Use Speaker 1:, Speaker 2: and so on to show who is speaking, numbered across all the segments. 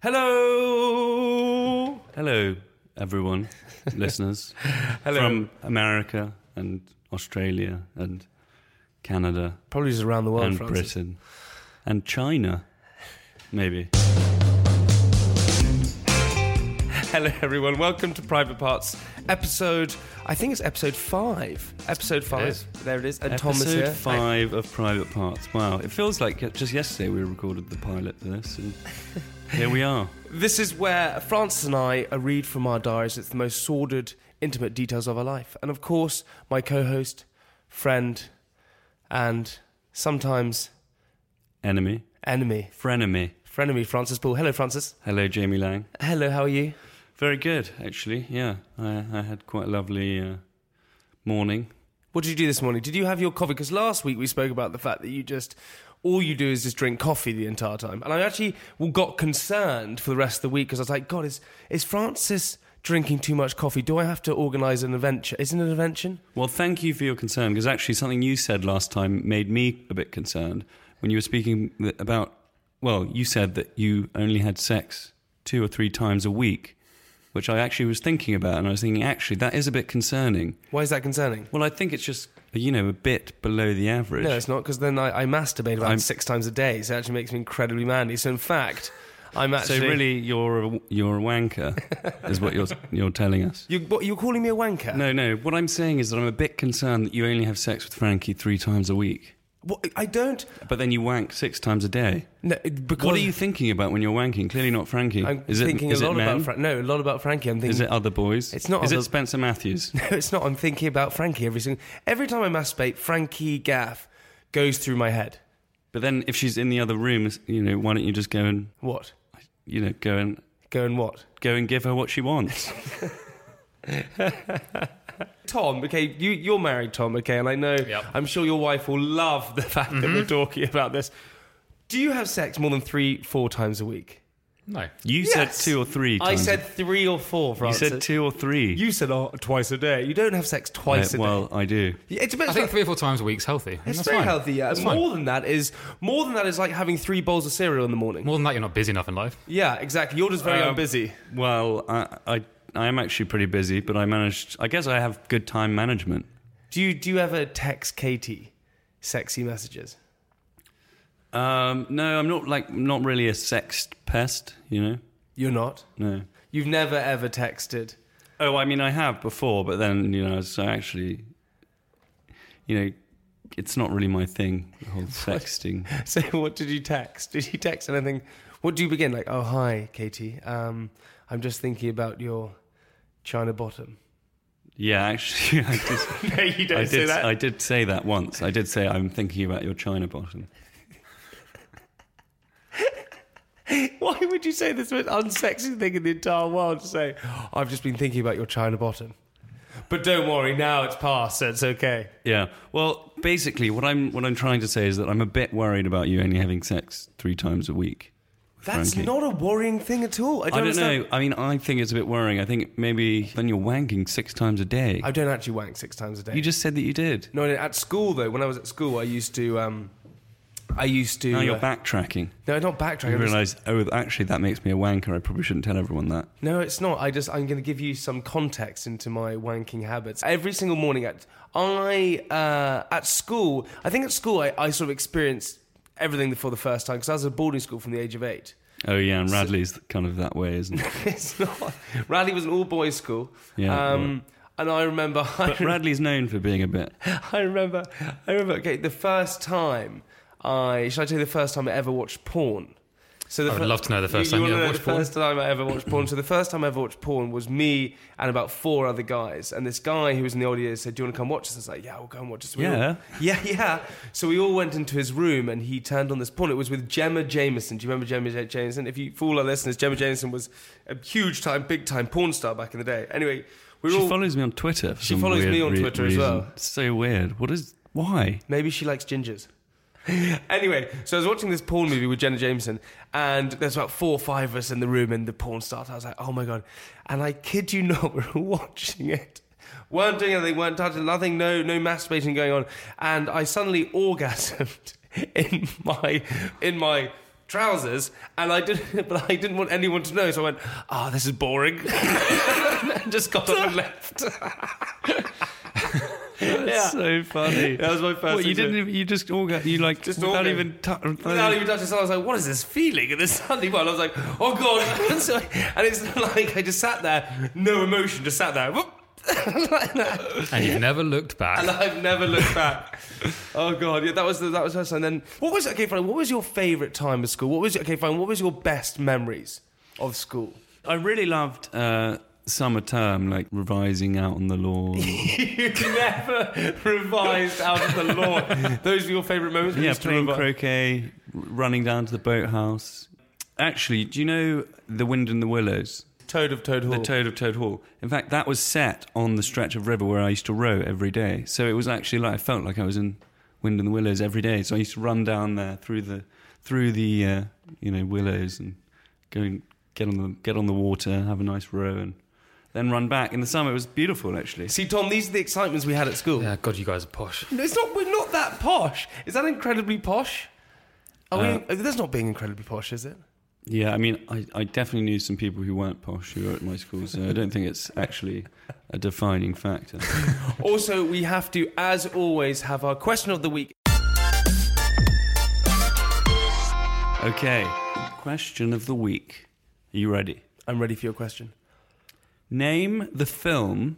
Speaker 1: Hello. Hello, everyone, listeners
Speaker 2: Hello.
Speaker 1: from America and Australia and Canada
Speaker 2: Probably just around the world.
Speaker 1: and
Speaker 2: Francis.
Speaker 1: Britain and China, maybe.
Speaker 2: Hello, everyone. Welcome to Private Parts, episode. I think it's episode five. Episode five.
Speaker 1: is.
Speaker 2: There it is. And Tom is
Speaker 1: Episode
Speaker 2: here.
Speaker 1: five of Private Parts. Wow, it feels like just yesterday we recorded the pilot for this, and here we are.
Speaker 2: This is where Francis and I uh, read from our diaries. It's the most sordid, intimate details of our life. And of course, my co-host, friend, and sometimes
Speaker 1: Enemy,
Speaker 2: enemy,
Speaker 1: frenemy.
Speaker 2: frenemy, Francis Paul. Hello, Francis.
Speaker 1: Hello, Jamie Lang.
Speaker 2: Hello. How are you?
Speaker 1: Very good, actually. Yeah, I, I had quite a lovely uh, morning.
Speaker 2: What did you do this morning? Did you have your coffee? Because last week we spoke about the fact that you just all you do is just drink coffee the entire time, and I actually well, got concerned for the rest of the week because I was like, God, is is Francis drinking too much coffee? Do I have to organise an adventure? Isn't it an invention?
Speaker 1: Well, thank you for your concern because actually something you said last time made me a bit concerned when you were speaking th- about. Well, you said that you only had sex two or three times a week, which I actually was thinking about, and I was thinking actually that is a bit concerning.
Speaker 2: Why is that concerning?
Speaker 1: Well, I think it's just you know a bit below the average.
Speaker 2: No, it's not because then I, I masturbate about
Speaker 1: I'm-
Speaker 2: six times a day, so it actually makes me incredibly manly. So in fact, I'm
Speaker 1: so
Speaker 2: actually
Speaker 1: really, you're a, you're a wanker, is what you're you're telling us.
Speaker 2: You, what, you're calling me a wanker?
Speaker 1: No, no. What I'm saying is that I'm a bit concerned that you only have sex with Frankie three times a week,
Speaker 2: What, I don't.
Speaker 1: but then you wank six times a day.
Speaker 2: No, because
Speaker 1: What are you thinking about when you're wanking? Clearly not Frankie.
Speaker 2: I'm
Speaker 1: is it,
Speaker 2: thinking
Speaker 1: is
Speaker 2: a
Speaker 1: it
Speaker 2: lot
Speaker 1: men?
Speaker 2: about Fra- no, a lot about Frankie. I'm thinking
Speaker 1: Is it other boys?
Speaker 2: It's not
Speaker 1: Is
Speaker 2: other-
Speaker 1: it Spencer Matthews?
Speaker 2: No, it's not. I'm thinking about Frankie every single. Every time I masturbate, Frankie Gaff goes through my head.
Speaker 1: but then if she's in the other room, it's- you know, why don't you just go and
Speaker 2: What?
Speaker 1: you know go and
Speaker 2: Go and what?
Speaker 1: go and give her what she wants?
Speaker 2: Tom, okay, you, you're married, Tom, okay, and I know. I'm sure your wife will love the fact that
Speaker 1: Mm-hmm.
Speaker 2: we're talking about this. Do you have sex more than three, four times a week?
Speaker 3: No.
Speaker 1: You
Speaker 2: Yes.
Speaker 1: said two or three.
Speaker 2: I
Speaker 1: Times.
Speaker 2: said three or four,
Speaker 1: you
Speaker 2: Francis.
Speaker 1: said two or three.
Speaker 2: You said oh, twice a day. You don't have sex
Speaker 1: Uh,
Speaker 2: twice a day.
Speaker 1: well, I do.
Speaker 2: it's a bit.
Speaker 3: I think three or four times a week's healthy.
Speaker 2: it's
Speaker 3: That's
Speaker 2: very
Speaker 3: fine.
Speaker 2: healthy. Yeah.
Speaker 3: That's fine.
Speaker 2: More than that is more than that is like having three bowls of cereal in the morning.
Speaker 3: More than that, you're not busy enough in life.
Speaker 2: Yeah, exactly. You're just very
Speaker 1: Um,
Speaker 2: unbusy.
Speaker 1: Well, I, I I am actually pretty busy, but I managed. I guess I have good time management.
Speaker 2: Do you do you ever text Katie sexy messages?
Speaker 1: Um, no, I'm not like not really a sexed pest. You know,
Speaker 2: You're not.
Speaker 1: no.
Speaker 2: You've never ever texted.
Speaker 1: Oh, I mean, I have before, but then you know, so actually, you know, it's not really my thing. The whole sexting.
Speaker 2: So what did you text? Did you text anything? What do you begin like? Oh hi, Katie. Um, I'm just thinking about your China bottom.
Speaker 1: Yeah, actually, I did,
Speaker 2: No, you
Speaker 1: I, did I did say that once. I did say I'm thinking about your china bottom.
Speaker 2: Why would you say this most unsexy thing in the entire world to say? I've just been thinking about your China bottom. But don't worry, now it's past, so it's okay.
Speaker 1: Yeah. Well, basically, what I'm what I'm trying to say is that I'm a bit worried about you only having sex three times a week. with
Speaker 2: That's
Speaker 1: Frankie.
Speaker 2: not a worrying thing at all. I don't,
Speaker 1: I don't
Speaker 2: understand.
Speaker 1: know. I mean, I think it's a bit worrying. I think maybe then you're wanking six times a day.
Speaker 2: I don't actually wank six times a day.
Speaker 1: you just said that you did.
Speaker 2: No, no, at school though, when I was at school, I used to, um, I used to.
Speaker 1: Now you're
Speaker 2: uh,
Speaker 1: backtracking.
Speaker 2: No, not backtrack.
Speaker 1: You
Speaker 2: I'm just-
Speaker 1: realise, oh, actually, that makes me a wanker. I probably shouldn't tell everyone that.
Speaker 2: no, it's not. I just, I'm going to give you some context into my wanking habits. Every single morning, at I uh, at school, I think at school, I, I sort of experienced everything for the first time because I was at boarding school from the age of eight.
Speaker 1: Oh yeah, and Radley's kind of that way, isn't it?
Speaker 2: It's not. Radley was an all boys school.
Speaker 1: Yeah,
Speaker 2: Um, And I remember,
Speaker 1: But Radley's known for being a bit.
Speaker 2: I remember, I remember. Okay, the first time I, should I tell you the first time I ever watched porn? So the
Speaker 3: I would love to know the first
Speaker 2: you,
Speaker 3: time
Speaker 2: you
Speaker 3: you
Speaker 2: wanna know
Speaker 3: watched
Speaker 2: the
Speaker 3: porn.
Speaker 2: First time I ever watched porn. So the first time I ever watched porn was me and about four other guys. And this guy who was in the audience said, "Do you want to come watch us?" I was like, "Yeah, we'll go and watch us." We all-
Speaker 1: Yeah.
Speaker 2: yeah, yeah. So we all went into his room and he turned on this porn. It was with Gemma Jameson. Do you remember Gemma Ja- Jameson? If you for all our listeners, Gemma Jameson was a huge time, big time porn star back in the day. Anyway, we were
Speaker 1: She
Speaker 2: all,
Speaker 1: follows me on Twitter. For
Speaker 2: She
Speaker 1: some
Speaker 2: follows
Speaker 1: weird
Speaker 2: me on
Speaker 1: re-
Speaker 2: Twitter as
Speaker 1: reason.
Speaker 2: well.
Speaker 1: It's so weird. What is? Why?
Speaker 2: Maybe she likes gingers. anyway, so I was watching this porn movie with Jenna Jameson, and there's about four or five of us in the room, and the porn starts. I was like, oh my God. And I kid you not, we're all watching it. Weren't doing anything, weren't touching nothing, no, no masturbating going on. And I suddenly orgasmed in my in my trousers and I didn't but I didn't want anyone to know, so I went, Ah, this is boring. and just got up and left. yeah.
Speaker 1: So funny.
Speaker 2: That was my first
Speaker 1: What, you
Speaker 2: experience.
Speaker 1: didn't. Even, you just all got. You like
Speaker 2: Just
Speaker 1: without
Speaker 2: orgasm.
Speaker 1: even. tou-
Speaker 2: Without even touching someone, I was like, what is this feeling? And then suddenly, well, I was like, oh God. and, so- and it's like I just sat there, no emotion, just sat there. whoop, like that.
Speaker 3: And you've never looked
Speaker 2: And
Speaker 3: back.
Speaker 2: I've never looked back. oh God, yeah, that was the, that was her. And then, what was okay, fine. What was your favourite time of school? What was okay, fine. What was your best memories of school?
Speaker 1: I really loved uh, summer term, like revising out on the law.
Speaker 2: you never revised out of the law. Those were your favourite moments.
Speaker 1: yeah,
Speaker 2: Just to
Speaker 1: playing
Speaker 2: revi-
Speaker 1: croquet, r- running down to the boathouse. Actually, do you know the Wind in the Willows?
Speaker 2: Toad of Toad Hall.
Speaker 1: The Toad of Toad Hall. In fact, that was set on the stretch of river where I used to row every day. So it was actually like I felt like I was in Wind in the Willows every day. So I used to run down there through the through the uh, you know willows and go and get on the get on the water, have a nice row, and then run back. In the summer, it was beautiful actually.
Speaker 2: See, Tom, these are the excitements we had at school.
Speaker 3: Yeah, God, you guys are posh.
Speaker 2: No, It's not. We're not that posh. Is that incredibly posh? Are we, that's not being incredibly posh, is it?
Speaker 1: Yeah, I mean, I, I definitely knew some people who weren't posh who were at my school, so I don't think it's actually a defining factor.
Speaker 2: also, we have to, as always, have our question of the week.
Speaker 1: Okay, question of the week. Are you ready?
Speaker 2: I'm ready for your question.
Speaker 1: Name the film.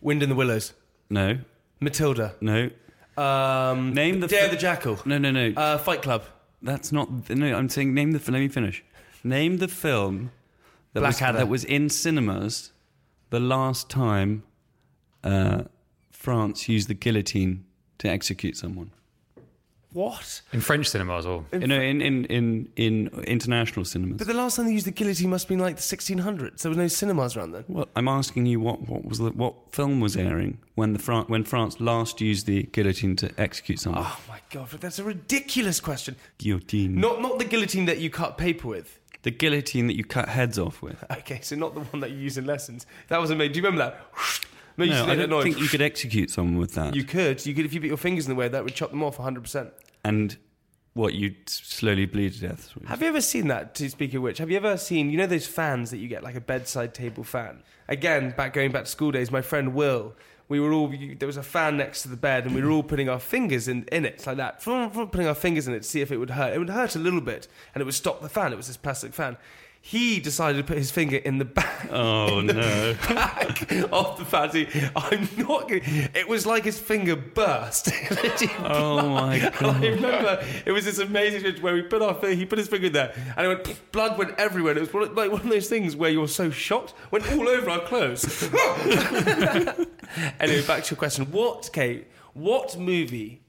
Speaker 2: Wind in the Willows.
Speaker 1: No,
Speaker 2: Matilda.
Speaker 1: no,
Speaker 2: Um,
Speaker 1: Name the
Speaker 2: Dare
Speaker 1: fi-
Speaker 2: the Jackal.
Speaker 1: no, no, no.
Speaker 2: Uh, Fight Club.
Speaker 1: That's not. No, I'm saying name the. Let me finish. Name the film that was,
Speaker 2: Blackadder.
Speaker 1: that was in cinemas the last time uh, France used the guillotine to execute someone.
Speaker 2: What?
Speaker 3: In French cinema as well.
Speaker 1: You know, in in in, in international cinemas.
Speaker 2: But the last time they used the guillotine must have been like the 1600s. There was no cinemas around then.
Speaker 1: Well, I'm asking you what, what was the, what film was airing when the Fran- when France last used the guillotine to execute someone?
Speaker 2: Oh my god, that's a ridiculous question.
Speaker 1: guillotine.
Speaker 2: Not not the guillotine that you cut paper with.
Speaker 1: the guillotine that you cut heads off with.
Speaker 2: Okay, so not the one that you use in lessons. That was amazing. Do you remember that? No, you
Speaker 1: No,
Speaker 2: used to
Speaker 1: I
Speaker 2: make that
Speaker 1: don't
Speaker 2: noise.
Speaker 1: think you could execute someone with that.
Speaker 2: You could. You could if you put your fingers in the way, that would chop them off 100%.
Speaker 1: and what you'd s- slowly bleed to death.
Speaker 2: Have you ever seen that, to speak of which? Have you ever seen, you know, those fans that you get, like a bedside table fan? Again, back going back to school days, my friend Will, we were all, you, there was a fan next to the bed and we were all putting our fingers in, in it, like that, vroom, vroom, putting our fingers in it to see if it would hurt. It would hurt a little bit and it would stop the fan. It was this plastic fan. He decided to put his finger in the back
Speaker 1: Oh no!
Speaker 2: back of the fancy. I'm not. Gonna, it was like his finger burst.
Speaker 1: Oh, my
Speaker 2: And I remember it was this amazing situation where we put our fi- he put his finger in there and it went pff, blood went everywhere. And it was one of, like one of those things where you're so shocked went all over our clothes. anyway, back to your question. What, Kate? What movie?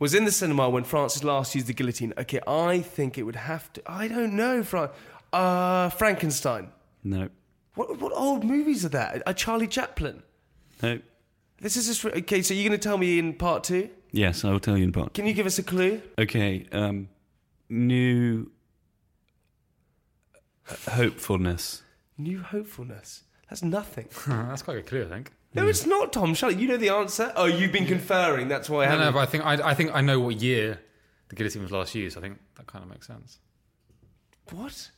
Speaker 2: Was in the cinema when Francis last used the guillotine. Okay, I think it would have to. I don't know, Fran. Uh, Frankenstein.
Speaker 1: no,
Speaker 2: What, what old movies are that? Uh, Charlie Chaplin.
Speaker 1: no.
Speaker 2: This is just okay. So you're going to tell me in part two?
Speaker 1: Yes, I will tell you in part.
Speaker 2: Can you give us a clue?
Speaker 1: Okay. Um, new uh, hopefulness.
Speaker 2: New hopefulness. That's nothing.
Speaker 3: That's quite a clue, I think.
Speaker 2: No, it's not, Tom. Shall you know the answer? Oh, you've been conferring. That's why I
Speaker 3: No,
Speaker 2: haven't.
Speaker 3: no, but I think I, I think I know what year the guillotine was last used. I think that kind of makes sense.
Speaker 2: What?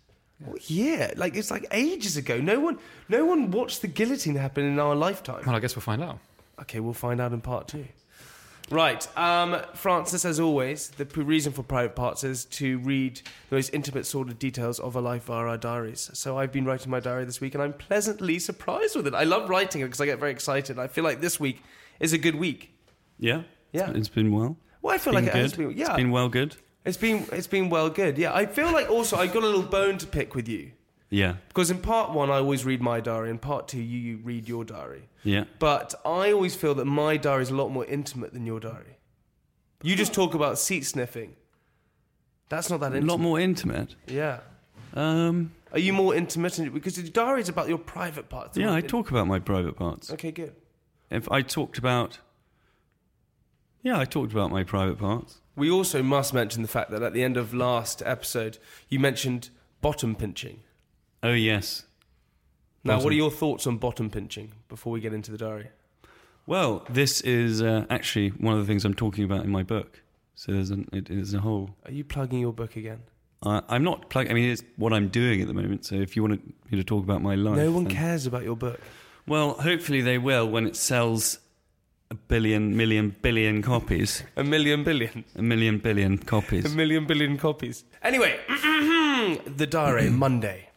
Speaker 2: What year? Like it's like ages ago. No one, no one watched the guillotine happen in our lifetime.
Speaker 3: Well, I guess we'll find out.
Speaker 2: Okay, we'll find out in part two. Right, um, Francis, as always, the p- reason for private parts is to read the most intimate sort of details of our life via our diaries. So I've been writing my diary this week and I'm pleasantly surprised with it. I love writing it because I get very excited. I feel like this week is a good week.
Speaker 1: Yeah.
Speaker 2: Yeah.
Speaker 1: It's been well.
Speaker 2: Well, I feel
Speaker 1: Been
Speaker 2: like it
Speaker 1: good.
Speaker 2: has been. Yeah,
Speaker 1: It's been well. Good.
Speaker 2: It's been it's been well good. Yeah, I feel like also I got a little bone to pick with you
Speaker 1: Yeah.
Speaker 2: because in part one I always read my diary, in part two you, you read your diary.
Speaker 1: Yeah.
Speaker 2: But I always feel that my diary is a lot more intimate than your diary. You just talk about seat sniffing. That's not that
Speaker 1: A
Speaker 2: intimate.
Speaker 1: lot more intimate.
Speaker 2: Yeah.
Speaker 1: Um,
Speaker 2: Are you more intermittent? Because your diary is about your private parts.
Speaker 1: yeah, I talk about my private parts.
Speaker 2: Okay, good.
Speaker 1: If I talked about. Yeah, I talked about my private parts.
Speaker 2: We also must mention the fact that at the end of last episode, you mentioned bottom pinching.
Speaker 1: Oh, yes.
Speaker 2: Now, what
Speaker 1: Bottom.
Speaker 2: are your thoughts on bottom pinching before we get into the diary?
Speaker 1: Well, this is uh, actually one of the things I'm talking about in my book. So there's an, it is a whole.
Speaker 2: Are you plugging your book again?
Speaker 1: I I'm not plug. I mean, it's what I'm doing at the moment. So if you want me to talk about my life,
Speaker 2: No one
Speaker 1: then-
Speaker 2: cares about your book.
Speaker 1: Well, hopefully they will when it sells a billion, million, billion copies.
Speaker 2: A million billion.
Speaker 1: A million billion
Speaker 2: A
Speaker 1: copies.
Speaker 2: million billion copies. Anyway, the diary, Monday.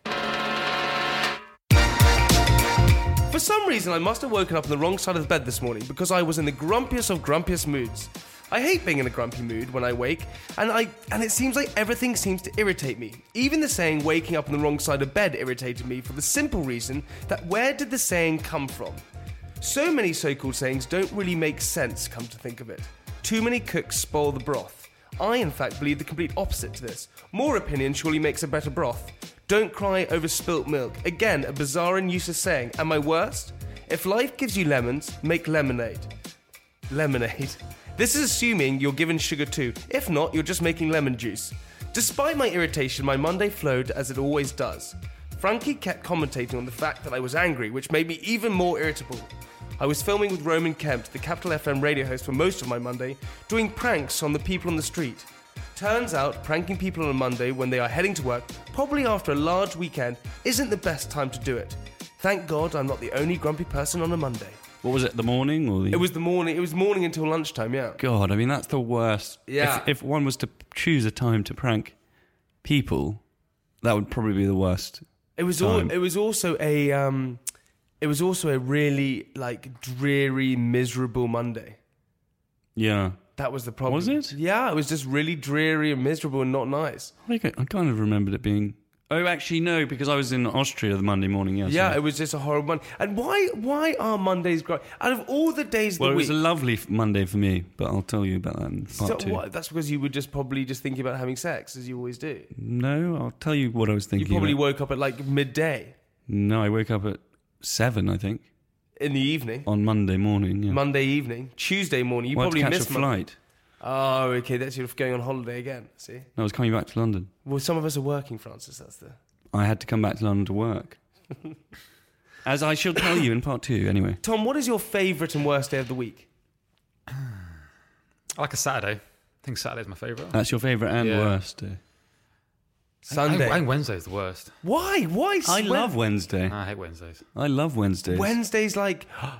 Speaker 2: For some reason, I must have woken up on the wrong side of the bed this morning because I was in the grumpiest of grumpiest moods. I hate being in a grumpy mood when I wake, and I and it seems like everything seems to irritate me. Even the saying waking up on the wrong side of bed irritated me for the simple reason that where did the saying come from? So many so called sayings don't really make sense, come to think of it. Too many cooks spoil the broth. I, in fact, believe the complete opposite to this. More opinion surely makes a better broth. Don't cry over spilt milk. Again, a bizarre and useless saying. Am I worst? If life gives you lemons, make lemonade. Lemonade. This is assuming you're given sugar too. If not, you're just making lemon juice. Despite my irritation, my Monday flowed as it always does. Frankie kept commentating on the fact that I was angry, which made me even more irritable. I was filming with Roman Kemp, the Capital FM radio host, for most of my Monday, doing pranks on the people on the street. Turns out, pranking people on a Monday when they are heading to work, probably after a large weekend, isn't the best time to do it. Thank God I'm not the only grumpy person on a Monday.
Speaker 1: What was it? The morning or the?
Speaker 2: It was the morning. It was morning until lunchtime. Yeah.
Speaker 1: God, I mean, that's the worst.
Speaker 2: Yeah.
Speaker 1: If, if one was to choose a time to prank people, that would probably be the worst.
Speaker 2: It was. All,
Speaker 1: Time.
Speaker 2: it was also a. Um, it was also a really like dreary, miserable Monday.
Speaker 1: Yeah.
Speaker 2: That was the problem.
Speaker 1: Was it?
Speaker 2: Yeah, it was just really dreary and miserable and not nice.
Speaker 1: I think I I kind of remembered it being. Oh, actually, no, because I was in Austria the Monday morning. Yeah.
Speaker 2: Yeah,
Speaker 1: so-
Speaker 2: it was just a horrible Monday. And why? Why are Mondays great? Out of all the days of
Speaker 1: well,
Speaker 2: the
Speaker 1: it was
Speaker 2: week,
Speaker 1: a lovely f- Monday for me, but I'll tell you about that in part
Speaker 2: so
Speaker 1: two.
Speaker 2: what- that's because you were just probably just thinking about having sex as you always do.
Speaker 1: No, I'll tell you what I was
Speaker 2: You
Speaker 1: thinking.
Speaker 2: probably
Speaker 1: about.
Speaker 2: woke up at like midday
Speaker 1: No, I woke up at seven, I think,
Speaker 2: in the evening,
Speaker 1: on Monday morning. Yeah.
Speaker 2: Monday evening, Tuesday morning. You
Speaker 1: Well, I had
Speaker 2: probably
Speaker 1: to catch
Speaker 2: missed
Speaker 1: a
Speaker 2: Mon-
Speaker 1: flight.
Speaker 2: Oh, okay. That's you're going on holiday again. See.
Speaker 1: No, I was coming back to London.
Speaker 2: Well, some of us are working, Francis. That's the.
Speaker 1: I had to come back to London to work. As I shall tell you in part two, anyway.
Speaker 2: Tom, what is your favourite and worst day of the week?
Speaker 3: I like a Saturday. I think Saturday's my favourite.
Speaker 2: Uh,
Speaker 1: That's your favourite and
Speaker 3: Yeah.
Speaker 1: worst day.
Speaker 2: Sunday.
Speaker 3: I, I think Wednesday's the worst.
Speaker 2: Why? Why?
Speaker 1: I
Speaker 2: Wen-
Speaker 1: love Wednesday.
Speaker 3: Nah, I hate Wednesdays.
Speaker 1: I love Wednesdays.
Speaker 2: Wednesday's like.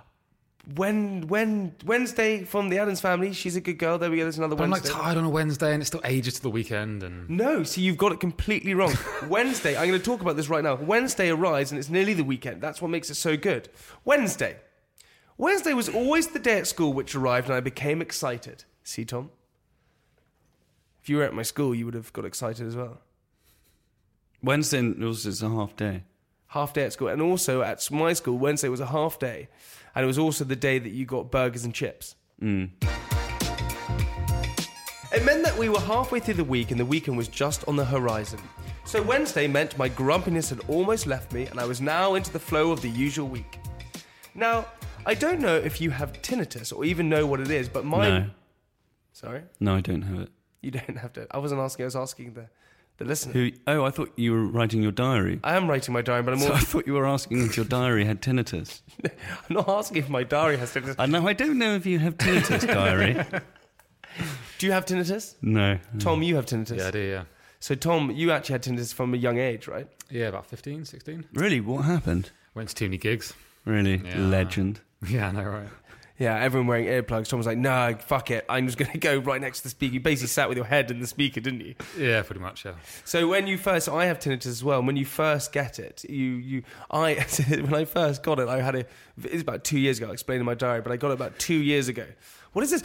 Speaker 2: When when Wednesday from the Adams family, she's a good girl. There we go. There's another
Speaker 3: But I'm like
Speaker 2: Wednesday.
Speaker 3: tired on a Wednesday, and it's still ages to the weekend. And
Speaker 2: no, see, you've got it completely wrong. Wednesday, I'm going to talk about this right now. Wednesday arrives and it's nearly the weekend. That's what makes it so good. Wednesday. Wednesday was always the day at school which arrived and I became excited. See, Tom? If you were at my school, you would have got excited as well.
Speaker 1: Wednesday and also it's a half day.
Speaker 2: half day at school, and also at my school Wednesday was a half day, and it was also the day that you got burgers and chips.
Speaker 1: Mm.
Speaker 2: It meant that we were halfway through the week, and the weekend was just on the horizon. So Wednesday meant my grumpiness had almost left me, and I was now into the flow of the usual week. Now, I don't know if you have tinnitus or even know what it is, but my
Speaker 1: No,
Speaker 2: sorry,
Speaker 1: no, I don't have it.
Speaker 2: you don't have to. I wasn't asking. I was asking the the listener.
Speaker 1: Who? Oh, I thought you were writing your diary.
Speaker 2: I am writing my diary, but I'm,
Speaker 1: So
Speaker 2: all,
Speaker 1: I thought you were asking if your diary had tinnitus.
Speaker 2: I'm not asking if my diary has tinnitus.
Speaker 1: Uh, no, I don't know if you have tinnitus, diary.
Speaker 2: Do you have tinnitus?
Speaker 1: No.
Speaker 2: Tom, you have tinnitus.
Speaker 3: yeah, I do. Yeah,
Speaker 2: So, Tom, you actually had tinnitus from a young age, right?
Speaker 3: yeah, about 15, 16.
Speaker 1: Really, what happened?
Speaker 3: Went to too many gigs.
Speaker 1: Really,
Speaker 3: Yeah.
Speaker 1: legend.
Speaker 3: Yeah, I know, right?
Speaker 2: Yeah, everyone wearing earplugs. Tom was like, no, fuck it. I'm just going to go right next to the speaker. You basically sat with your head in the speaker, didn't you?
Speaker 3: Yeah, pretty much. Yeah.
Speaker 2: So when you first, I have tinnitus as well. And when you first get it, you, you, I, when I first got it, I had a, it's about two years ago. I explained in my diary, but I got it about two years ago. What is this?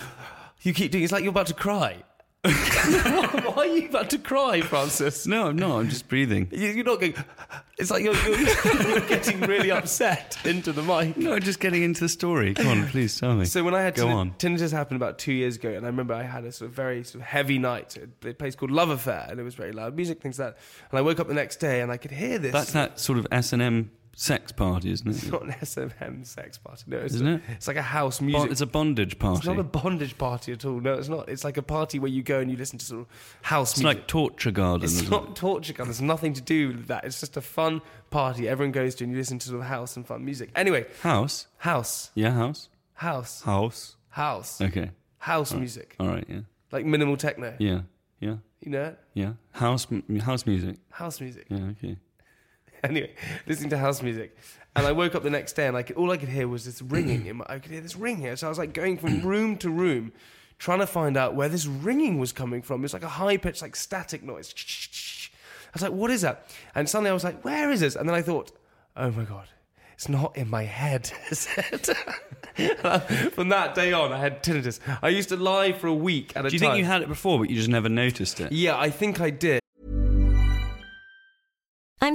Speaker 2: You keep doing, it's like you're about to cry. Why are you about to cry, Francis?
Speaker 1: No, I'm not. I'm just breathing.
Speaker 2: You- You're not going. It's like you're, you're, you're getting really upset into the mic.
Speaker 1: No, just getting into the story. Come on, please tell me.
Speaker 2: So when I had
Speaker 1: Go
Speaker 2: tin-
Speaker 1: on.
Speaker 2: tinnitus happened about two years ago, and I remember I had a sort of very sort of heavy night at a place called Love Affair, and it was very loud music, things like that. And I woke up the next day and I could hear this.
Speaker 1: That's that sort of S and M sex party, isn't
Speaker 2: It's
Speaker 1: it?
Speaker 2: not an SMM sex party, no, it's
Speaker 1: Isn't it?
Speaker 2: It's like a house music.
Speaker 1: Bon- it's a bondage
Speaker 2: It's
Speaker 1: party.
Speaker 2: not a bondage party at all. No, it's not. It's like a party where you go and you listen to sort of house
Speaker 1: It's
Speaker 2: music.
Speaker 1: like torture garden.
Speaker 2: It's
Speaker 1: isn't
Speaker 2: not
Speaker 1: it?
Speaker 2: torture gun. There's nothing to do with that. It's just a fun party everyone goes to and you listen to sort of house and fun music. Anyway,
Speaker 1: house.
Speaker 2: house,
Speaker 1: Yeah, house.
Speaker 2: house,
Speaker 1: House.
Speaker 2: house,
Speaker 1: Okay.
Speaker 2: house music,
Speaker 1: All right. Yeah.
Speaker 2: like minimal techno.
Speaker 1: Yeah. Yeah.
Speaker 2: You know, it?
Speaker 1: Yeah. House. m- House music.
Speaker 2: house music.
Speaker 1: Yeah. Okay.
Speaker 2: Anyway, listening to house music, and I woke up the next day and I could, all I could hear was this ringing. In my, I could hear this ring here, so I was like going from room to room, trying to find out where this ringing was coming from. It was like a high pitched, like static noise. I was like, "What is that?" And suddenly I was like, "Where is this?" And then I thought, "Oh my god, it's not in my head." is it? From that day on, I had tinnitus. I used to lie for a week at a
Speaker 1: Do you
Speaker 2: time.
Speaker 1: think you had it before, but you just never noticed it?
Speaker 2: Yeah, I think I did.
Speaker 4: I'm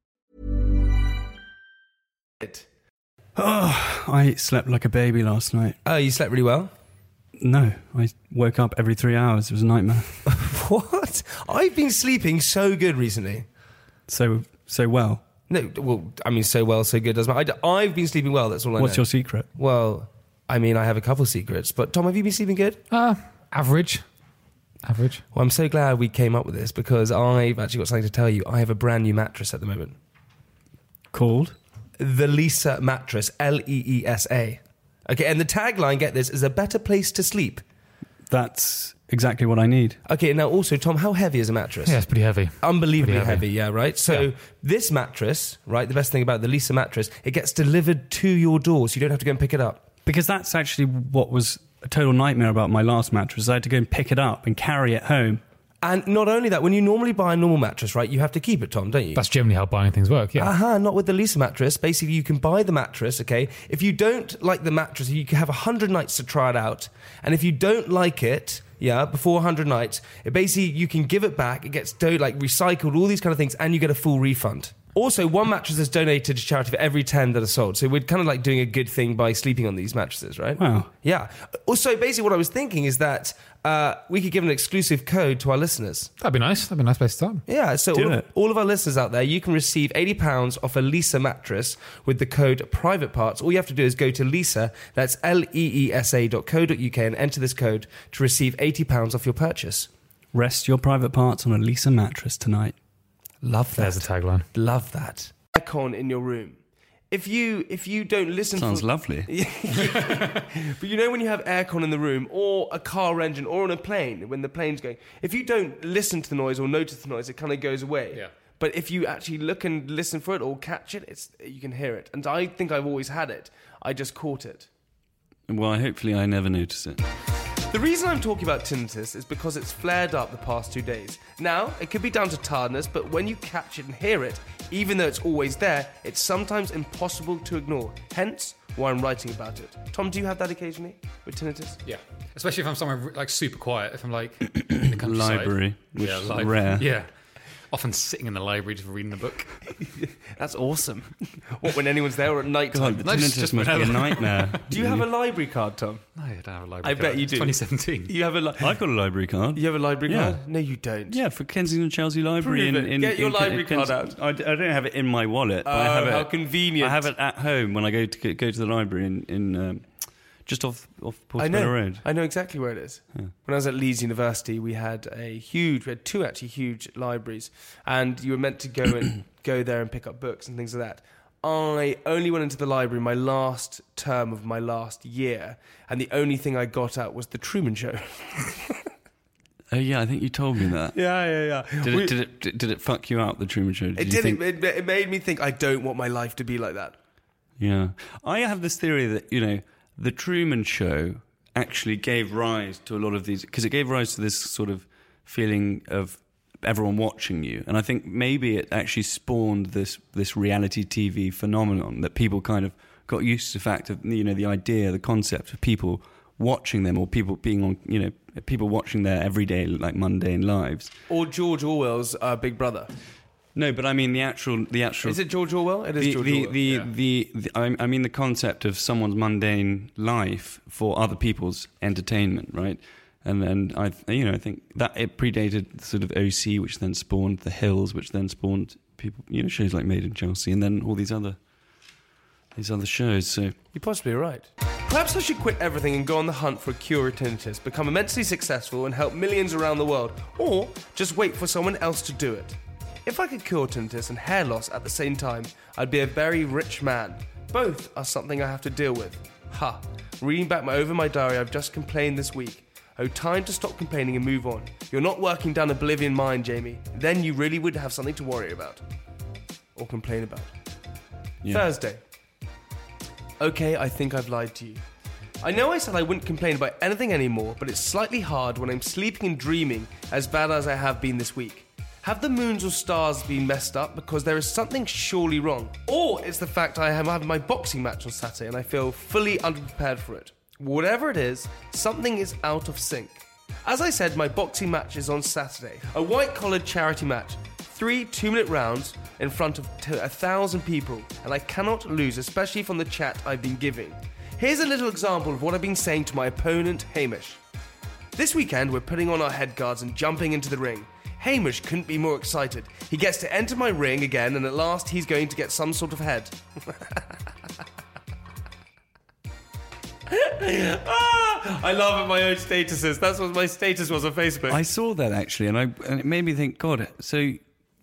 Speaker 1: Oh, I slept like a baby last night.
Speaker 2: Oh, you slept really well.
Speaker 1: No, I woke up every three hours. It was a nightmare.
Speaker 2: What? I've been sleeping so good recently.
Speaker 1: So so well.
Speaker 2: No, well, I mean, so well, so good doesn't matter. I, have been sleeping well. That's all I know.
Speaker 1: secret?
Speaker 2: Well, I mean, I have a couple secrets, but Tom, have you been sleeping good?
Speaker 3: Uh, average. Average.
Speaker 2: Well, I'm so glad we came up with this because I've actually got something to tell you. I have a brand new mattress at the moment.
Speaker 1: Called?
Speaker 2: The Lisa mattress, L E E S A. Okay, and the tagline, get this, is a better place to sleep.
Speaker 1: That's exactly what I need.
Speaker 2: Okay, now also, Tom, how heavy is a mattress?
Speaker 3: Yeah, it's pretty heavy.
Speaker 2: unbelievably
Speaker 3: Pretty
Speaker 2: heavy.
Speaker 3: heavy.
Speaker 2: yeah, right? So this mattress, right, the best thing about the Lisa mattress, it gets delivered to your door, so you don't have to go and pick it up.
Speaker 5: Because that's actually what was a total nightmare about my last mattress. I had to go and pick it up and carry it home.
Speaker 2: And not only that, when you normally buy a normal mattress, right, you have to keep it, Tom, don't you?
Speaker 3: That's generally how buying things work. Yeah.
Speaker 2: Aha, Uh-huh, not with the Lisa mattress. Basically, you can buy the mattress, okay? If you don't like the mattress, you can have 100 nights to try it out. And if you don't like it, yeah, before 100 nights, it basically you can give it back. It gets do- like recycled, all these kind of things, and you get a full refund. Also, one mattress is donated to charity for every 10 that are sold. So we're kind of like doing a good thing by sleeping on these mattresses, right?
Speaker 5: Wow.
Speaker 2: Yeah. Also, basically, what I was thinking is that uh, we could give an exclusive code to our listeners.
Speaker 3: That'd be nice. That'd be a nice place to start.
Speaker 2: Yeah, so
Speaker 5: Do
Speaker 2: all of,
Speaker 5: it.
Speaker 2: all of our listeners out there, you can receive £80 off a Lisa mattress with the code private parts. All you have to do is go to Lisa, that's L E E S A dot co dot UK, and enter this code to receive £80 off your purchase.
Speaker 5: Rest your private parts on a Lisa mattress tonight.
Speaker 2: Love
Speaker 3: There's the
Speaker 2: that.
Speaker 3: tagline.
Speaker 2: Love that. Aircon in your room. If you if you don't listen
Speaker 1: Sounds
Speaker 2: for,
Speaker 1: lovely.
Speaker 2: But you know when you have aircon in the room, or a car engine, or on a plane when the plane's going. If you don't listen to the noise or notice the noise, it kind of goes away.
Speaker 3: Yeah.
Speaker 2: But if you actually look and listen for it or catch it, it's you can hear it. And I think I've always had it. I just caught it.
Speaker 1: Well, hopefully I never notice it.
Speaker 2: The reason I'm talking about tinnitus is because it's flared up the past two days. Now, it could be down to tiredness, but when you catch it and hear it, even though it's always there, it's sometimes impossible to ignore. Hence why I'm writing about it. Tom, do you have that occasionally with tinnitus?
Speaker 3: Yeah. Especially if I'm somewhere like super quiet. If I'm like in the countryside.
Speaker 1: Library, which is
Speaker 3: libra-
Speaker 1: rare.
Speaker 3: Yeah. Often sitting in the library just reading a book.
Speaker 2: That's awesome. what, when anyone's there or at night
Speaker 1: God,
Speaker 2: time?
Speaker 1: the
Speaker 3: Let's
Speaker 1: tinnitus
Speaker 3: just
Speaker 1: must be a
Speaker 3: whatever.
Speaker 1: nightmare.
Speaker 2: Do you have a library card, Tom?
Speaker 3: No, I don't have a library.
Speaker 2: I
Speaker 3: card.
Speaker 2: bet you
Speaker 3: It's
Speaker 2: do.
Speaker 3: 2017.
Speaker 2: You have a li-
Speaker 1: I've got a library card.
Speaker 2: you have a library
Speaker 1: Yeah.
Speaker 2: card? No, you don't.
Speaker 1: Yeah, for Kensington Chelsea Library.
Speaker 2: Prove
Speaker 1: In,
Speaker 2: it.
Speaker 1: in,
Speaker 2: Get your
Speaker 1: in-
Speaker 2: library
Speaker 1: in
Speaker 2: card
Speaker 1: Kensington- I, d- I don't have it in my wallet. but
Speaker 2: Oh,
Speaker 1: I have it,
Speaker 2: how convenient.
Speaker 1: I have it at home when I go to go to the library in, in um, just off off
Speaker 2: I
Speaker 1: Portobello
Speaker 2: know.
Speaker 1: Road.
Speaker 2: I know exactly where it is. When I was at Leeds University, we had a huge, we had two actually huge libraries, and you were meant to go and go there and pick up books and things like that. I only went into the library my last term of my last year, and the only thing I got out was the Truman Show.
Speaker 1: Oh yeah, I think you told me that.
Speaker 2: Yeah, yeah, yeah.
Speaker 1: Did
Speaker 2: We-
Speaker 1: it, did it did- did it fuck you out the Truman Show? Did
Speaker 2: it
Speaker 1: you
Speaker 2: did.
Speaker 1: think-
Speaker 2: It, it made me think. I don't want my life to be like that.
Speaker 1: Yeah. I have this theory that, you know, the Truman Show actually gave rise to a lot of these, because it gave rise to this sort of feeling of everyone watching you. And I think maybe it actually spawned this, this reality TV phenomenon that people kind of got used to the fact of, you know, the idea, the concept of people watching them or people being on, you know, people watching their everyday, like mundane lives.
Speaker 2: Or George Orwell's uh, Big Brother.
Speaker 1: No, but I mean the actual, the actual.
Speaker 2: Is it George Orwell? It is
Speaker 1: the
Speaker 2: George
Speaker 1: the,
Speaker 2: Orwell.
Speaker 1: the, the, the I I mean the concept of someone's mundane life for other people's entertainment, right? And and I you know I think that it predated sort of OC, which then spawned The Hills, which then spawned people you know shows like Made in Chelsea, and then all these other these other shows. So
Speaker 2: You're possibly right. Perhaps I should quit everything and go on the hunt for a cure for tinnitus, become immensely successful, and help millions around the world, or just wait for someone else to do it. If I could cure tinnitus and hair loss at the same time, I'd be a very rich man. Both are something I have to deal with. Ha. Reading back my over my diary, I've just complained this week. Oh, time to stop complaining and move on. You're not working down oblivion mine, Jamie. Then you really would have something to worry about. Or complain about.
Speaker 1: yeah.
Speaker 2: Thursday. Okay, I think I've lied to you. I know I said I wouldn't complain about anything anymore, but it's slightly hard when I'm sleeping and dreaming as bad as I have been this week. Have the moons or stars been messed up because there is something surely wrong? Or it's the fact I am having my boxing match on Saturday and I feel fully underprepared for it. Whatever it is, something is out of sync. As I said, my boxing match is on Saturday, a white collared charity match three two minute rounds in front of t- a thousand people, and I cannot lose, especially from the chat I've been giving. Here's a little example of what I've been saying to my opponent, Hamish. This weekend, we're putting on our head guards and jumping into the ring. Hamish couldn't be more excited. He gets to enter my ring again, and at last, he's going to get some sort of head. Ah, I love at my own statuses. That's what my status was on Facebook.
Speaker 1: I saw that actually, and I and it made me think, God, so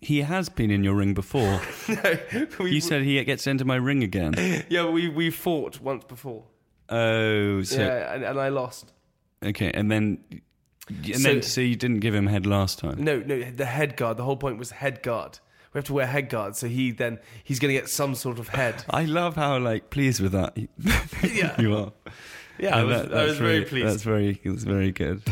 Speaker 1: he has been in your ring before.
Speaker 2: We-
Speaker 1: you said he gets into my ring again.
Speaker 2: yeah, we, we fought once before.
Speaker 1: Oh, so
Speaker 2: Yeah, and, and I lost.
Speaker 1: Okay, and then and
Speaker 2: So-
Speaker 1: then so you didn't give him head last time.
Speaker 2: No, no, the head guard. The whole point was head guard. We have to wear head guards, so he then he's going to get some sort of head.
Speaker 1: I love how like pleased with that
Speaker 2: Yeah.
Speaker 1: you are.
Speaker 2: Yeah, I
Speaker 1: Uh,
Speaker 2: was,
Speaker 1: that-
Speaker 2: I
Speaker 1: that's
Speaker 2: was very
Speaker 1: really- That's
Speaker 2: pleased.
Speaker 1: very that's very good.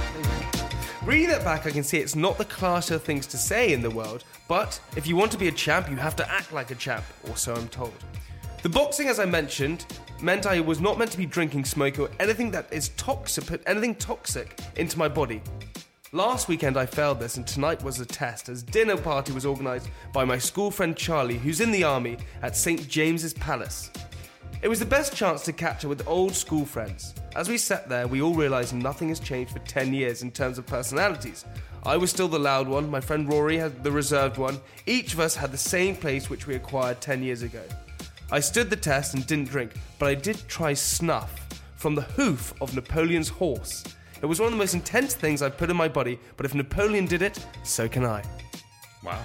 Speaker 2: Reading that back, I can see it's not the class of things to say in the world, but if you want to be a champ, you have to act like a champ, or so I'm told. The boxing, as I mentioned, meant I was not meant to be drinking, smoking, or anything that is toxic, put anything toxic into my body. Last weekend I failed this, and tonight was a test as dinner party was organised by my school friend Charlie, who's in the army at St James's Palace. It was the best chance to catch up with old school friends. As we sat there, we all realised nothing has changed for 10 years in terms of personalities. I was still the loud one, my friend Rory had the reserved one. Each of us had the same place which we acquired 10 years ago. I stood the test and didn't drink, but I did try snuff from the hoof of Napoleon's horse. It was one of the most intense things I've put in my body, but if Napoleon did it, so can I.
Speaker 3: Wow.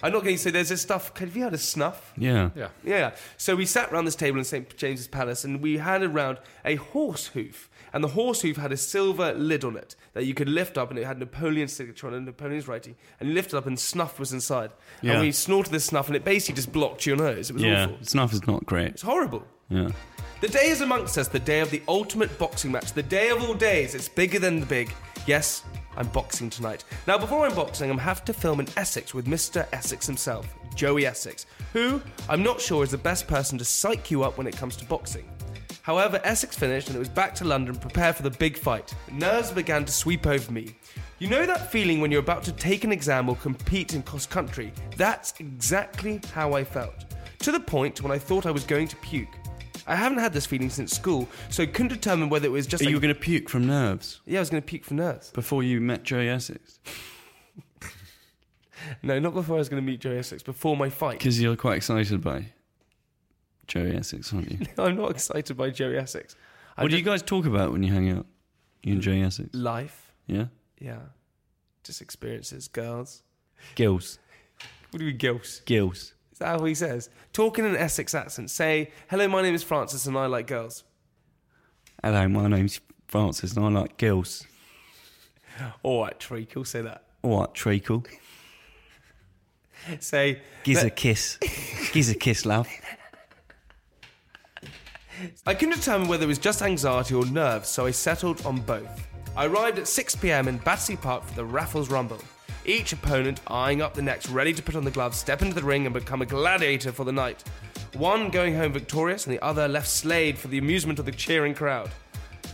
Speaker 2: I'm not going to say there's this stuff. Have you heard of snuff?
Speaker 1: Yeah.
Speaker 3: Yeah.
Speaker 2: Yeah. So we sat round this table in St. James's Palace and we handed round a horse hoof. And the horse hoof had a silver lid on it that you could lift up and it had Napoleon's signature on it, Napoleon's writing. And you lifted up and snuff was inside. And
Speaker 1: Yeah.
Speaker 2: we snorted this snuff and it basically just blocked your nose. It was
Speaker 1: Yeah.
Speaker 2: awful. It's
Speaker 1: Snuff is not great.
Speaker 2: horrible.
Speaker 1: Yeah.
Speaker 2: The day is amongst us, the day of the ultimate boxing match, the day of all days. It's bigger than the big. Yes, I'm boxing tonight. Now, before I'm boxing, I'm have to film in Essex with Mr. Essex himself, Joey Essex, who I'm not sure is the best person to psych you up when it comes to boxing. However, Essex finished and it was back to London to prepare for the big fight. Nerves began to sweep over me. You know that feeling when you're about to take an exam or compete in cross country? That's exactly how I felt. To the point when I thought I was going to puke. I haven't had this feeling since school, so I couldn't determine whether it was just.
Speaker 1: So
Speaker 2: like-
Speaker 1: you were going to puke from nerves
Speaker 2: yeah, I was going to puke from nerves.
Speaker 1: before you met Joey Essex
Speaker 2: No, not before I was going to meet Joey Essex. Before my fight,
Speaker 1: because you're quite excited by Joey Essex, aren't you?
Speaker 2: I'm not excited by Joey Essex. I
Speaker 1: what do you guys talk about when you hang out? You and Joey Essex?
Speaker 2: Life,
Speaker 1: Yeah.
Speaker 2: yeah, just experiences, girls.
Speaker 1: Gills.
Speaker 2: What do you mean, girls?
Speaker 1: Gills.
Speaker 2: Is that how he says? Talking in an Essex accent. Say, "Hello, my name is Francis, and I like girls."
Speaker 1: Hello, my name's Francis, and I like gills.
Speaker 2: All right, treacle, say that.
Speaker 1: What, treacle?
Speaker 2: Say,
Speaker 1: Giz a kiss. Giz a kiss, love.
Speaker 2: I couldn't determine whether it was just anxiety or nerves, so I settled on both. I arrived at 6 pm in Battersea Park for the Raffles Rumble. Each opponent eyeing up the next, ready to put on the gloves, step into the ring, and become a gladiator for the night. One going home victorious, and the other left slayed for the amusement of the cheering crowd.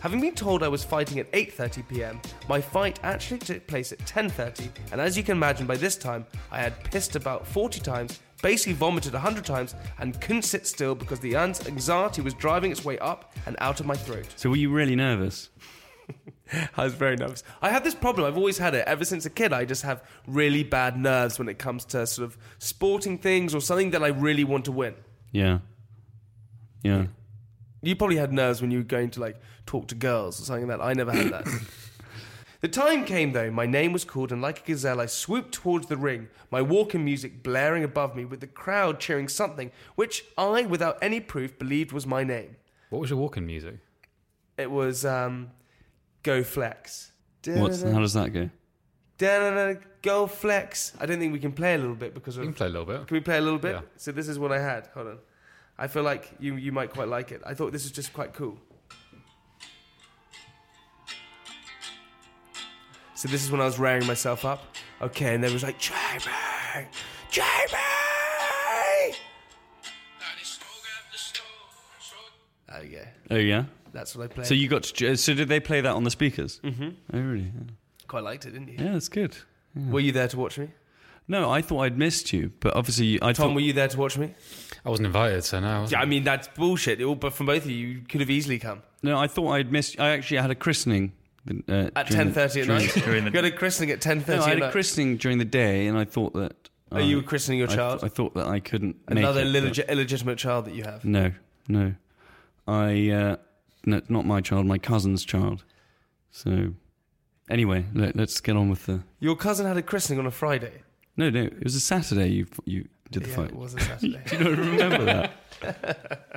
Speaker 2: Having been told I was fighting at 8:30 p.m., my fight actually took place at 10:30, and as you can imagine by this time, I had pissed about 40 times, basically vomited 100 times, and couldn't sit still because the ans- anxiety was driving its way up and out of my throat.
Speaker 1: So were you really nervous?
Speaker 2: I was very nervous. I have this problem. I've always had it ever since a kid. I just have really bad nerves when it comes to sort of sporting things or something that I really want to win.
Speaker 1: Yeah. Yeah.
Speaker 2: You probably had nerves when you were going to like talk to girls or something like that. I never had that. the time came though. My name was called, and like a gazelle, I swooped towards the ring. My walking music blaring above me, with the crowd cheering something which I, without any proof, believed was my name.
Speaker 3: What was your walking music?
Speaker 2: It was um, Go Flex.
Speaker 1: What's, how does that go?
Speaker 2: Da-da-da, Go Flex. I don't think we can play a little bit because
Speaker 3: You
Speaker 2: of
Speaker 3: can play a little bit.
Speaker 2: Can we play a little bit?
Speaker 3: Yeah.
Speaker 2: So this is what I had. Hold on. I feel like you you might quite like it. I thought this was just quite cool. So this is when I was raring myself up. Okay, and there was like Jamie, Jamie. There you go.
Speaker 1: Oh, yeah?
Speaker 2: That's what I played.
Speaker 1: So you got to, ju- so did they play that on the speakers? Mm-hmm. Oh, really?
Speaker 2: quite liked it, didn't you?
Speaker 1: Yeah, that's good.
Speaker 2: Were you there to watch me?
Speaker 1: No, I thought I'd missed you, but obviously I
Speaker 2: Tom,
Speaker 1: thought...
Speaker 2: were you there to watch me?
Speaker 3: I wasn't invited, so no. I
Speaker 2: Yeah,
Speaker 3: wasn't.
Speaker 2: I mean that's bullshit. All, but from both of you, you could have easily come.
Speaker 1: No, I thought I'd missed. I actually had a christening uh,
Speaker 2: At
Speaker 1: during
Speaker 2: ten
Speaker 1: the-
Speaker 2: thirty at
Speaker 1: during-
Speaker 2: night,
Speaker 1: during the-
Speaker 2: you got a christening at ten thirty.
Speaker 1: no, I had
Speaker 2: at
Speaker 1: a
Speaker 2: night.
Speaker 1: christening during the day, and I thought that.
Speaker 2: Oh, you were christening your
Speaker 1: I th-
Speaker 2: child?
Speaker 1: I thought that I couldn't. make
Speaker 2: Another
Speaker 1: it,
Speaker 2: illegi-
Speaker 1: but-
Speaker 2: illegitimate child that you have.
Speaker 1: No, no, I uh, no, not my child, my cousin's child. So, anyway, let, let's get on with the.
Speaker 2: Your cousin had a christening on a Friday.
Speaker 1: No, no, it was a Saturday. You you did the
Speaker 2: yeah,
Speaker 1: fight.
Speaker 2: it was a Saturday.
Speaker 1: Do you not remember that?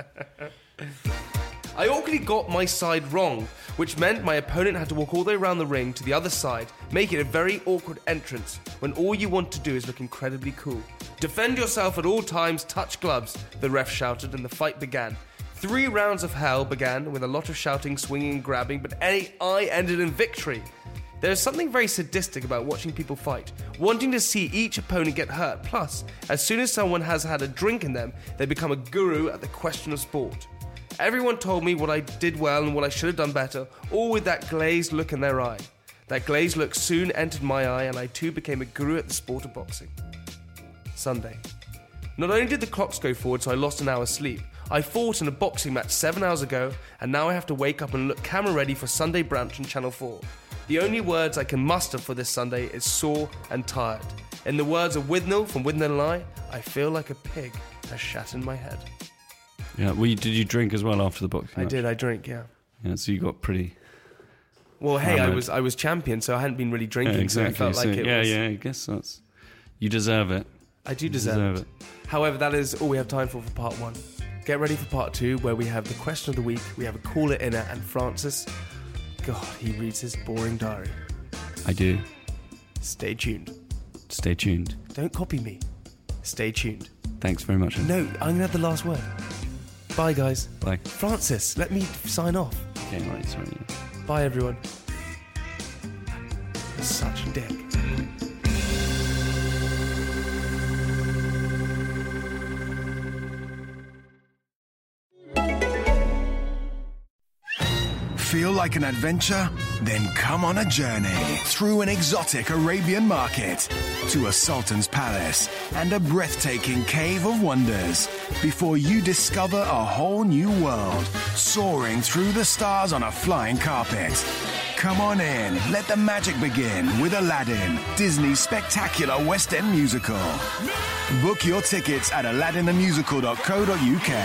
Speaker 2: I awkwardly got my side wrong, which meant my opponent had to walk all the way around the ring to the other side, making a very awkward entrance when all you want to do is look incredibly cool. Defend yourself at all times, touch gloves, the ref shouted, and the fight began. Three rounds of hell began with a lot of shouting, swinging, and grabbing, but any I ended in victory. There is something very sadistic about watching people fight, wanting to see each opponent get hurt. Plus, as soon as someone has had a drink in them, they become a guru at the question of sport. Everyone told me what I did well and what I should have done better, all with that glazed look in their eye. That glazed look soon entered my eye, and I too became a guru at the sport of boxing. Sunday. Not only did the clocks go forward, so I lost an hour's sleep. I fought in a boxing match seven hours ago, and now I have to wake up and look camera ready for Sunday brunch on Channel 4. The only words I can muster for this Sunday is sore and tired. In the words of Withnell from Withnell and I, I feel like a pig has shat in my head.
Speaker 1: Yeah. Well, you, did you drink as well after the boxing?
Speaker 2: I
Speaker 1: match?
Speaker 2: did, I drink, yeah.
Speaker 1: Yeah. So you got pretty.
Speaker 2: Well, hey, I
Speaker 1: Hammered.
Speaker 2: was I was champion, so I hadn't been really
Speaker 1: Yeah,
Speaker 2: drinking,
Speaker 1: exactly.
Speaker 2: so it felt
Speaker 1: So,
Speaker 2: like it
Speaker 1: yeah,
Speaker 2: was.
Speaker 1: yeah. I guess that's. You deserve it.
Speaker 2: I do deserve,
Speaker 1: deserve
Speaker 2: it. However, that is all we have time for for part one. Get ready for part two, where we have the question of the week, we have a caller inner, and Francis, God, he reads his boring diary.
Speaker 1: I do.
Speaker 2: Stay tuned.
Speaker 1: Stay tuned.
Speaker 2: Don't copy me. Stay tuned.
Speaker 1: Thanks very much.
Speaker 2: No, I'm gonna have the last word. Bye, guys.
Speaker 1: Bye.
Speaker 2: Francis, let me sign off.
Speaker 1: Okay, right, sorry.
Speaker 2: Bye, everyone. Such a dick.
Speaker 6: Feel like an adventure? Then come on a journey through an exotic Arabian market to a sultan's palace and a breathtaking cave of wonders before you discover a whole new world soaring through the stars on a flying carpet. Come on in, let the magic begin with Aladdin, Disney's spectacular West End musical. Book your tickets at aladdinthemusical.co.uk.